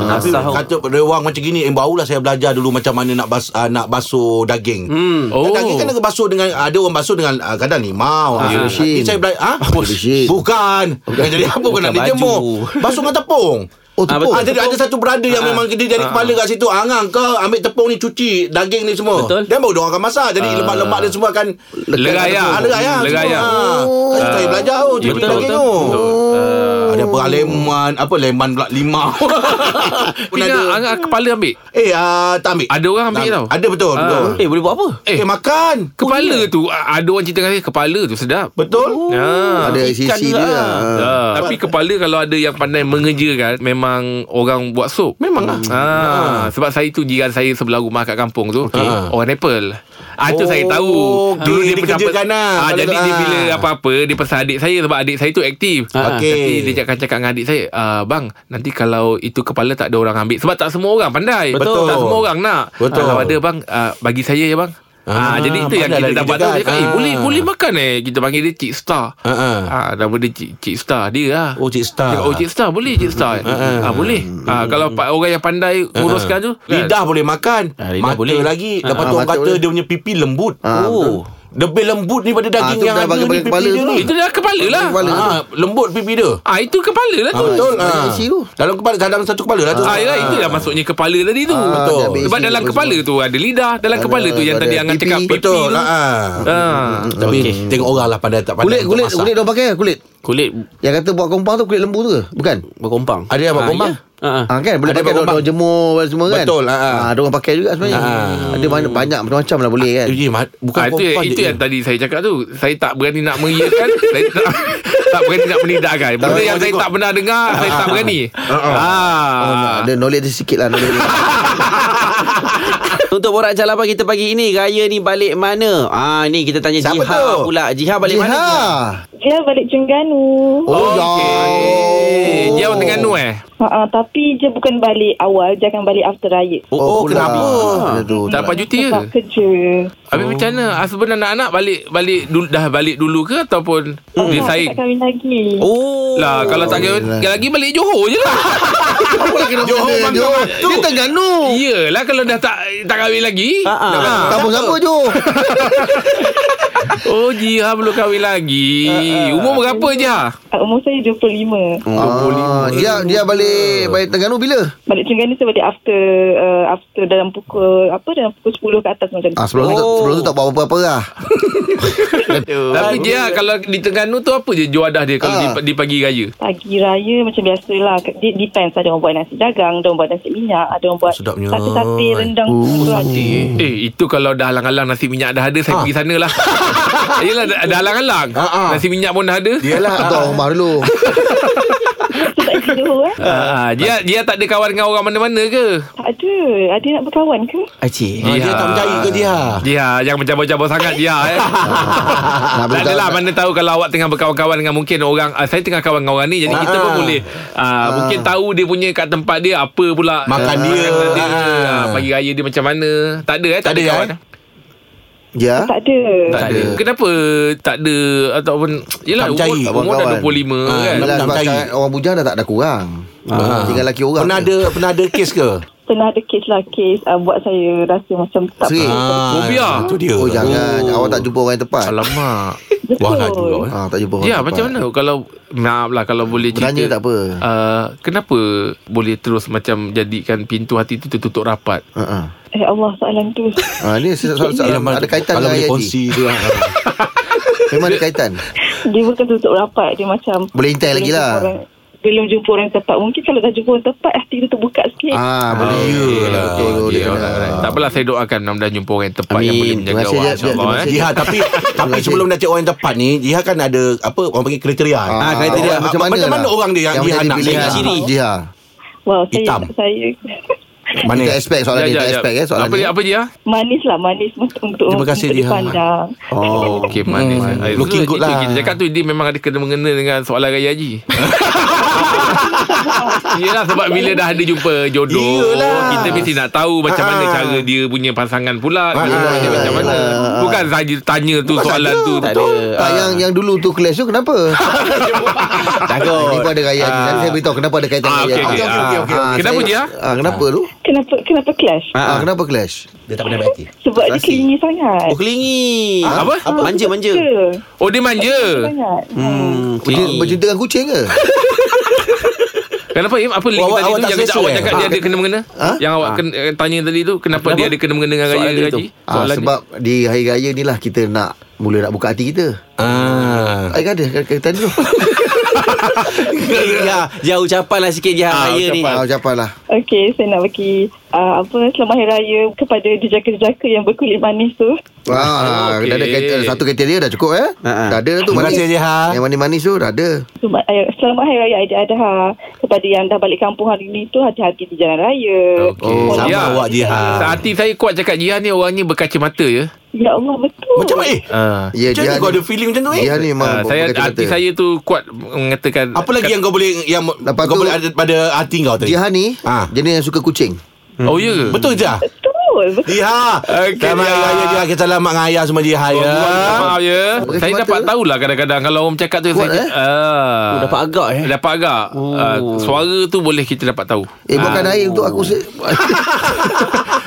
Speaker 2: Tapi kata pada orang macam gini Eh barulah saya belajar dulu Macam mana nak bas, uh, nak basuh daging
Speaker 4: Eh,
Speaker 2: hmm.
Speaker 3: Oh.
Speaker 2: Daging kan kena basuh dengan Ada orang basuh dengan uh, Kadang limau
Speaker 4: Pakai
Speaker 2: Ah,
Speaker 4: lotion.
Speaker 2: Ini saya belajar [laughs] ha?
Speaker 4: Pakai lotion.
Speaker 2: Bukan Bukan jadi apa kau
Speaker 5: Bukan
Speaker 2: nak
Speaker 5: baju.
Speaker 2: dijemur Basuh dengan tepung
Speaker 4: Oh, tepung.
Speaker 2: Ah, jadi ada satu brother yang memang dia jadi kepala kat situ. Angang kau ambil tepung ni cuci daging ni semua.
Speaker 5: Betul.
Speaker 2: Dan baru dia orang akan masak. Jadi lemak-lemak dia semua akan
Speaker 3: Lerai lah.
Speaker 2: Ah, lerai lah.
Speaker 3: Lerai
Speaker 2: semua.
Speaker 3: lah.
Speaker 2: Ah. Kan saya belajar oh, cuci
Speaker 5: betul,
Speaker 2: daging
Speaker 5: betul,
Speaker 2: tu. Ada perang leman Apa leman pula Limau Pun
Speaker 3: Pina,
Speaker 2: ada
Speaker 3: angkat kepala ambil.
Speaker 2: Eh ah, tak ambil
Speaker 3: Ada orang ambil
Speaker 2: Tak
Speaker 3: tau.
Speaker 2: Ada betul,
Speaker 3: Ah.
Speaker 2: betul.
Speaker 5: Eh, boleh buat apa?
Speaker 2: Eh,
Speaker 3: Eh,
Speaker 2: makan
Speaker 3: kepala tu ah, ada orang cerita dengan saya kepala tu sedap.
Speaker 2: Betul
Speaker 3: Ah.
Speaker 4: Ada sisi
Speaker 5: juga.
Speaker 4: dia ah.
Speaker 3: Ah. Tapi kepala kalau ada yang pandai mengejakan Memang orang buat sup Memang lah ah. Sebab saya tu jiran saya sebelah rumah kat kampung tu okay. Orang Nepal Ah,
Speaker 2: Oh,
Speaker 3: itu saya tahu
Speaker 2: okey, dia kerjakan lah.
Speaker 3: ah,
Speaker 2: Kalau
Speaker 3: Jadi
Speaker 2: tu,
Speaker 3: dia
Speaker 2: ah.
Speaker 3: bila apa-apa Dia pesan adik saya Sebab adik saya tu aktif
Speaker 5: Ah,
Speaker 2: okey.
Speaker 3: Nanti dia cakap, cakap dengan adik saya ah, Bang, nanti kalau itu kepala tak ada orang ambil Sebab tak semua orang pandai
Speaker 2: Betul.
Speaker 3: Tak semua orang nak
Speaker 2: Betul.
Speaker 3: Kalau ada bang, ah, bagi saya ya bang Ah,
Speaker 2: Ah,
Speaker 3: jadi itu yang
Speaker 2: pandai lah dia
Speaker 3: kita dapat tahu
Speaker 2: cakap.
Speaker 3: Dia cakap, eh,
Speaker 2: Ah.
Speaker 3: boleh, boleh makan eh Kita panggil dia Cik Star
Speaker 2: Ah, ah.
Speaker 3: Ah, nama dia Cik, Cik Star dia lah.
Speaker 2: Oh, Cik Star.
Speaker 3: Cakap, oh, Cik Star boleh Cik Star. ah, boleh. Ah, kalau pa- orang yang pandai uruskan tu. kan?
Speaker 2: Lidah boleh makan
Speaker 5: Ah,
Speaker 2: Mata
Speaker 5: lidah boleh.
Speaker 2: lagi Lepas
Speaker 4: Ah,
Speaker 2: tu orang
Speaker 4: mata
Speaker 2: kata
Speaker 4: boleh.
Speaker 2: Dia punya pipi lembut
Speaker 4: Ah,
Speaker 2: Oh Lebih lembut ni pada daging
Speaker 4: tu
Speaker 2: yang
Speaker 4: dah
Speaker 2: ada ni
Speaker 4: bagi- bagi
Speaker 2: pipi
Speaker 4: kepala
Speaker 2: dia
Speaker 4: tu.
Speaker 2: ni
Speaker 3: Itu dah kepala lah.
Speaker 4: Kepala tu.
Speaker 2: Ah, Lembut pipi dia
Speaker 3: Ah, itu kepala lah
Speaker 2: Ah,
Speaker 3: tu.
Speaker 2: Betul
Speaker 4: banyak
Speaker 2: ah.
Speaker 4: isi tu.
Speaker 2: Dalam kepala Dalam satu kepala lah tu
Speaker 3: Ah, yelah, itu dah masuknya kepala tadi tu.
Speaker 2: betul.
Speaker 4: dia ambil
Speaker 3: Sebab
Speaker 4: isi
Speaker 3: dalam
Speaker 4: apa
Speaker 3: kepala
Speaker 4: semua.
Speaker 3: tu ada lidah. Dalam
Speaker 4: Ada-
Speaker 3: kepala tu yang
Speaker 4: ada
Speaker 3: tadi Angah
Speaker 4: pipi.
Speaker 3: cakap pipi tu.
Speaker 2: Betul lah ah.
Speaker 3: Ah.
Speaker 2: Tapi tengok orang lah pandai tak pandai
Speaker 4: Kulit
Speaker 2: untuk
Speaker 4: kulit
Speaker 2: masak.
Speaker 4: kulit dia pakai ke? kulit
Speaker 5: Kulit
Speaker 4: Yang kata buat kompang tu kulit lembu tu ke? Bukan?
Speaker 5: berkompang.
Speaker 2: Ada yang buat
Speaker 5: Ah,
Speaker 2: gombang?
Speaker 5: ya. Ah, ah.
Speaker 4: Ha, kan boleh
Speaker 2: Ada
Speaker 4: pakai
Speaker 2: berkompang.
Speaker 4: daun jemur dan semua kan.
Speaker 2: Betul, ah, ah.
Speaker 4: Ha, orang pakai juga sebenarnya.
Speaker 2: Ah.
Speaker 4: Ada banyak, banyak macam-macam lah boleh kan.
Speaker 2: Eh, Mat, bukan
Speaker 3: Ah, itu
Speaker 2: perempuan
Speaker 3: itu
Speaker 2: je.
Speaker 3: yang tadi saya cakap tu. Saya tak berani nak mengiyakan. saya tak, tak berani nak menidakkan. Benda yang saya tak pernah dengar, saya tak berani. Ah.
Speaker 4: Ada knowledge dia sikit lah knowledge dia.
Speaker 5: Untuk borak jalapan kita pagi ini Raya ni balik mana? Ah ni kita tanya
Speaker 2: Siapa
Speaker 5: Jiha
Speaker 2: tu?
Speaker 5: pula. Jiha Ah, balik
Speaker 4: Jiha.
Speaker 5: mana? Jiha?
Speaker 7: Dia Ya, balik Terengganu.
Speaker 4: Oh, ya.
Speaker 3: Okey. Dia orang Terengganu eh?
Speaker 7: Ha, ha, tapi je bukan balik awal, jangan balik after raya.
Speaker 4: Oh, oh kenapa? Aduh,
Speaker 3: Tak dapat cuti ke?
Speaker 7: Sebab kerja.
Speaker 3: Habis macam mana? Husband dan anak-anak balik balik dulu, dah balik dulu ke ataupun hmm. dia
Speaker 7: Tak,
Speaker 3: saing?
Speaker 7: tak kahwin lagi.
Speaker 5: Oh.
Speaker 3: Lah kalau tak kahwin lagi balik Johor je [laughs] lah.
Speaker 4: Apalah kena Johor
Speaker 2: Johor,
Speaker 4: Johor.
Speaker 2: Johor.
Speaker 4: Dia Terengganu.
Speaker 3: Iyalah kalau dah tak tak kahwin lagi.
Speaker 5: Ah, ah.
Speaker 3: Ah.
Speaker 4: Tak apa-apa Johor.
Speaker 3: Oh Jiha belum kahwin lagi. Umur berapa Jiha?
Speaker 7: Ah, Umur saya 25.
Speaker 4: Ah, dia dia balik balik Terengganu bila?
Speaker 7: Balik Terengganu saya balik after uh, after dalam pukul apa dalam pukul 10 ke atas macam tu.
Speaker 4: Ah, sebelum tu tak, sebelum tu tak buat apa-apa lah.
Speaker 3: Tapi Jiha kalau di Terengganu tu apa je juadah dia kalau
Speaker 4: Ah.
Speaker 3: di, pa- di pagi raya?
Speaker 7: Pagi raya macam biasalah. Dia depends ada orang buat nasi dagang, ada orang buat nasi minyak, ada orang buat
Speaker 2: Sedapnya.
Speaker 7: sate-sate rendang tu ada.
Speaker 3: Eh itu kalau dah halang-halang nasi minyak dah ada saya pergi sana lah. [laughs] Yelah dah, dah halang-halang.
Speaker 2: Ah, ah.
Speaker 3: Nasi minyak pun dah ada.
Speaker 4: [laughs]
Speaker 2: Yelah
Speaker 4: Tak tahu rumah dulu.
Speaker 7: Tu tak ada [laughs] Johor eh?
Speaker 3: Ah, ah. Dia dia tak ada kawan dengan orang mana-mana ke?
Speaker 7: Tak ada. Ada nak berkawan ke?
Speaker 5: Acik.
Speaker 2: Ah, Dia tak percaya ke dia
Speaker 3: Ya, yang mencabar-cabar sangat dia
Speaker 2: [laughs]
Speaker 3: eh.
Speaker 4: lah,
Speaker 3: tak adalah mana tahu kalau awak tengah berkawan-kawan dengan mungkin orang uh, saya tengah kawan dengan orang ni jadi kita pun
Speaker 2: Ah.
Speaker 3: boleh uh, mungkin tahu dia punya kat tempat dia apa pula
Speaker 2: Makan dia.
Speaker 3: makanan dia lah,
Speaker 2: Ah.
Speaker 3: ah, pagi raya dia macam mana. Tak ada eh,
Speaker 2: Tak ada, eh?
Speaker 3: kawan.
Speaker 4: Ya.
Speaker 7: Tak ada.
Speaker 3: Tak ada. Kenapa tak ada ataupun yalah
Speaker 2: Tak percaya,
Speaker 3: umur, umur dah
Speaker 4: kawan.
Speaker 2: Ah,
Speaker 3: 25 kan.
Speaker 4: Yelah
Speaker 2: Tak
Speaker 4: sebab
Speaker 2: percaya.
Speaker 4: sekarang orang bujang dah tak ada kurang. Ha. Tinggal lelaki orang.
Speaker 2: Ah. Pernah
Speaker 4: je.
Speaker 2: ada pernah ada kes ke?
Speaker 7: Pernah ada kes lah kes uh, buat saya rasa macam tak
Speaker 4: Serius?
Speaker 2: Ah.
Speaker 3: Fobia.
Speaker 2: Itu dia.
Speaker 4: Oh jangan Awak tak jumpa orang yang tepat
Speaker 3: Alamak.
Speaker 7: betul.
Speaker 2: Wah, laju kau, eh.
Speaker 4: ha, Tak jumpa orang
Speaker 3: [laughs] Ya
Speaker 4: yang tepat
Speaker 3: macam mana Kalau Maaf lah Kalau boleh cerita
Speaker 4: Bertanya tak apa.
Speaker 3: uh, Kenapa Boleh terus macam Jadikan pintu hati tu Tertutup rapat
Speaker 4: Ha, ha.
Speaker 7: Eh Allah soalan tu.
Speaker 4: ha, Ni soal, soal, soal,
Speaker 2: Alamak,
Speaker 4: ada kaitan
Speaker 2: Ya, kalau
Speaker 4: lah, dengan
Speaker 2: boleh
Speaker 4: IIT
Speaker 2: kongsi tu. ah.
Speaker 4: Memang ada kaitan
Speaker 7: dia bukan tutup rapat. Dia macam
Speaker 4: Boleh intai
Speaker 7: belum
Speaker 4: lagi
Speaker 7: jumpa
Speaker 4: lah.
Speaker 7: orang- Belum jumpa orang yang tepat. Mungkin kalau dah jumpa orang tepat hati dia terbuka sikit.
Speaker 4: Ah, boleh
Speaker 2: ya,
Speaker 3: Okay,
Speaker 4: Yelah,
Speaker 3: okay,
Speaker 4: betul,
Speaker 3: okay,
Speaker 4: dia kena.
Speaker 3: alright, alright. Tak apalah saya doakan Mudah-mudahan jumpa orang yang tepat Yang
Speaker 4: Amin.
Speaker 3: boleh
Speaker 4: Terima
Speaker 3: menjaga
Speaker 4: kasih,
Speaker 3: awak
Speaker 4: Jad, Jad,
Speaker 3: InsyaAllah eh.
Speaker 4: terima kasih.
Speaker 2: Jiha tapi [laughs] tapi sebelum nak cek orang yang tepat ni, Jiha kan ada apa orang panggil kriteria.
Speaker 4: Ah,
Speaker 2: Ah, kriteria
Speaker 4: macam mana
Speaker 2: macam
Speaker 4: lah?
Speaker 2: mana orang dia yang,
Speaker 4: Yang
Speaker 2: Jiha
Speaker 4: macam
Speaker 2: nak
Speaker 4: dipilih
Speaker 2: Saya
Speaker 4: lah.
Speaker 2: nak-
Speaker 4: Jiha
Speaker 7: Wow, saya
Speaker 2: Hitam.
Speaker 7: saya [laughs]
Speaker 2: Mana?
Speaker 4: Kita expect
Speaker 2: Ya,
Speaker 3: Jap,
Speaker 4: soalan ni
Speaker 3: jap,
Speaker 4: Kita
Speaker 3: jap.
Speaker 4: expect eh soalan
Speaker 3: Ya, Apa
Speaker 4: ni
Speaker 3: dia Apa dia ya?
Speaker 7: manis lah manis untuk untuk
Speaker 2: Terima kasih,
Speaker 7: untuk
Speaker 2: Jihan.
Speaker 7: dipandang.
Speaker 3: Oh okay manis hmm,
Speaker 2: Looking good lah.
Speaker 3: Kita cakap tu Dia memang ada kena-mengena Dengan soalan raya haji
Speaker 4: [laughs]
Speaker 3: Yelah sebab bila dah ada jumpa jodoh
Speaker 2: Yelah.
Speaker 3: Kita mesti nak tahu Macam mana
Speaker 2: Ah.
Speaker 3: cara dia punya pasangan pula Dia
Speaker 2: Ah,
Speaker 3: punya
Speaker 4: yelah,
Speaker 3: Macam mana
Speaker 4: yelah.
Speaker 3: Bukan saja tanya tu soalan tu
Speaker 5: Tak ada Ah.
Speaker 4: tak, yang yang dulu tu clash tu kenapa?
Speaker 5: Takut.
Speaker 4: Ini pun ada raya ni. Nanti saya beritahu kenapa ada kaitan
Speaker 3: Ah,
Speaker 4: raya
Speaker 3: okey,
Speaker 4: ni.
Speaker 3: okey,
Speaker 4: Ah,
Speaker 3: okey, okey.
Speaker 4: ah,
Speaker 3: Kenapa
Speaker 4: saya-
Speaker 3: dia?
Speaker 4: Ah, kenapa tu?
Speaker 7: Kenapa kenapa clash?
Speaker 5: Ah,
Speaker 4: Ah,
Speaker 5: ah.
Speaker 4: kenapa clash?
Speaker 2: Dia tak pandai berhati.
Speaker 7: Sebab dia
Speaker 4: Rasi.
Speaker 7: clingy sangat.
Speaker 5: Oh kelingi
Speaker 3: Ha? Apa?
Speaker 7: Ah,
Speaker 5: Manja
Speaker 7: sebab
Speaker 5: manja
Speaker 7: suka.
Speaker 2: Eh.
Speaker 3: Oh dia manja
Speaker 7: Sangat. Hmm.
Speaker 5: Hmm,
Speaker 4: Bercinta-
Speaker 5: kelingi
Speaker 4: Bercinta dengan kucing ke?
Speaker 3: Kenapa Im? Apa link
Speaker 2: Awak- awak
Speaker 3: tadi tu
Speaker 2: tak
Speaker 3: yang kata
Speaker 2: selesa
Speaker 3: awak
Speaker 2: eh?
Speaker 3: cakap dia ada kena-mengena?
Speaker 4: Ha?
Speaker 3: Yang awak ken- eh, tanya tadi tu kenapa, dia ada kena-mengena dengan raya
Speaker 5: Soalan dia tu.
Speaker 3: haji?
Speaker 4: Ah, sebab di hari raya ni lah kita nak mula nak buka hati kita.
Speaker 2: Ah.
Speaker 4: Ah, ada kaitan tu.
Speaker 5: [laughs] Ya, Jauh ucapan lah sikit je
Speaker 3: Ah,
Speaker 5: ah, raya ni
Speaker 3: ucapan.
Speaker 4: Ah, ucapan lah.
Speaker 7: Okey, saya nak bagi uh, apa selamat hari raya kepada jejaka-jejaka yang berkulit manis tu.
Speaker 4: Ah,
Speaker 3: Okey.
Speaker 4: dah ada kriteria, satu kriteria dah cukup eh.
Speaker 5: Ah, ah.
Speaker 4: Dah ada tu
Speaker 2: Terima
Speaker 4: manis.
Speaker 2: kasih Jiha.
Speaker 4: Yang manis-manis tu dah ada.
Speaker 7: Selamat, eh, selamat hari raya Aidiladha kepada yang dah balik kampung hari ni tu hati-hati di jalan raya.
Speaker 3: Okey.
Speaker 2: Oh,
Speaker 3: Ya.
Speaker 2: sama awak
Speaker 1: Ah.
Speaker 2: Jiha.
Speaker 3: Hati saya kuat cakap Jihan ni orangnya berkacamata ya.
Speaker 7: Ya Allah betul.
Speaker 2: Macam mana? Eh,
Speaker 3: Ah.
Speaker 4: Ya,
Speaker 2: macam mana
Speaker 4: dia
Speaker 2: kau ada feeling macam tu eh?
Speaker 4: Dia ni memang
Speaker 3: Ah, saya
Speaker 4: berkacamata.
Speaker 3: hati saya tu kuat mengatakan
Speaker 2: Apa lagi yang kau boleh yang
Speaker 4: Lepas
Speaker 2: kau
Speaker 4: tu-
Speaker 2: boleh ada pada hati kau tadi?
Speaker 4: Jihan ha ni
Speaker 3: ha.
Speaker 2: Ah.
Speaker 4: jenis yang suka kucing.
Speaker 3: Oh ya ke?
Speaker 2: Betul je. lah.
Speaker 7: Betul. betul.
Speaker 2: Diha.
Speaker 3: Okey,
Speaker 2: Selamat
Speaker 3: Jiha.
Speaker 2: Hari Raya Jiha. Kita selamat dengan ayah semua Jiha ya.
Speaker 3: Ya. Maaf ya.
Speaker 4: Pakai
Speaker 3: Saya
Speaker 4: kacamata
Speaker 3: dapat
Speaker 4: ke?
Speaker 3: tahulah kadang-kadang kalau orang cakap tu
Speaker 4: Kuat,
Speaker 3: saya
Speaker 4: eh?
Speaker 3: ah.
Speaker 5: Oh, dapat agak eh
Speaker 3: Dapat agak. Ah, suara tu boleh kita dapat tahu.
Speaker 4: Eh, bukan
Speaker 3: Ah.
Speaker 4: air untuk aku.
Speaker 3: [laughs]
Speaker 4: Se-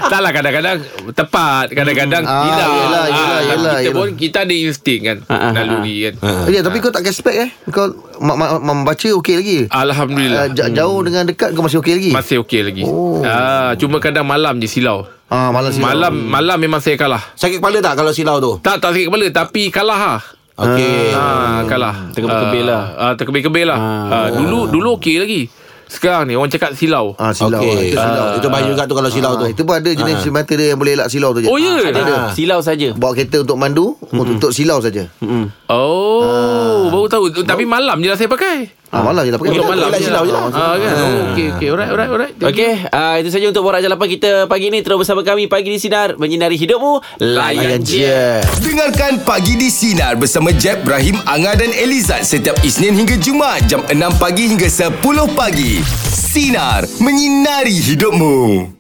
Speaker 3: tak lah kadang-kadang tepat, kadang-kadang
Speaker 4: Ah,
Speaker 3: tidak.
Speaker 4: yelah,
Speaker 3: Ah,
Speaker 4: yelah,
Speaker 3: tapi
Speaker 4: yelah,
Speaker 3: kita
Speaker 4: yelah.
Speaker 3: pun kita ada insting kan,
Speaker 5: Ah, ah,
Speaker 3: naluri kan.
Speaker 4: Ya, tapi kau tak respect eh. Kau ma- ma- membaca okey lagi.
Speaker 3: Alhamdulillah. Hmm.
Speaker 4: Ah, ja- jauh dengan dekat kau masih okey lagi.
Speaker 3: Masih okey lagi.
Speaker 4: Oh.
Speaker 3: Ah, cuma kadang malam je silau.
Speaker 4: ah, malas silau.
Speaker 3: Malam malam memang saya kalah.
Speaker 2: Sakit kepala tak kalau silau tu?
Speaker 3: Tak tak sakit kepala tapi kalah ah.
Speaker 2: Okey.
Speaker 3: Ah, kalah.
Speaker 5: Terkebil-kebil
Speaker 3: Ah,
Speaker 5: lah.
Speaker 3: Ah, terkebil-kebil lah. Ah, dulu dulu okey lagi. Sekarang ni orang cakap silau.
Speaker 4: Ah, silau.
Speaker 2: Okey. Itu silau. Itu bahaya juga tu kalau silau
Speaker 4: Ah,
Speaker 2: tu.
Speaker 4: Itu pun ada jenis mata dia yang boleh elak silau tu je.
Speaker 3: Oh ya. Hmm.
Speaker 5: Ada
Speaker 2: Ah.
Speaker 5: Silau saja
Speaker 4: Bawa kereta untuk mandu, untuk silau saja.
Speaker 3: Oh, baru tahu. Tapi malam je lah saya pakai.
Speaker 4: Ah, malam je lah pakai.
Speaker 3: Untuk
Speaker 4: Elak
Speaker 3: malam je.
Speaker 4: silau je lah.
Speaker 3: Ah, kan. Oh, okey okey. Alright alright alright.
Speaker 5: Okey, uh, itu saja untuk Borak Jalapan kita pagi ni. Terus bersama kami pagi di Sinar. Menyinari hidupmu. Layan je.
Speaker 1: Dengarkan Pagi di Sinar bersama Jeb, Ibrahim, Anga dan Elizad setiap Isnin hingga Jumaat jam 6 pagi hingga 10 pagi. Sinar, menyinari hidupmu.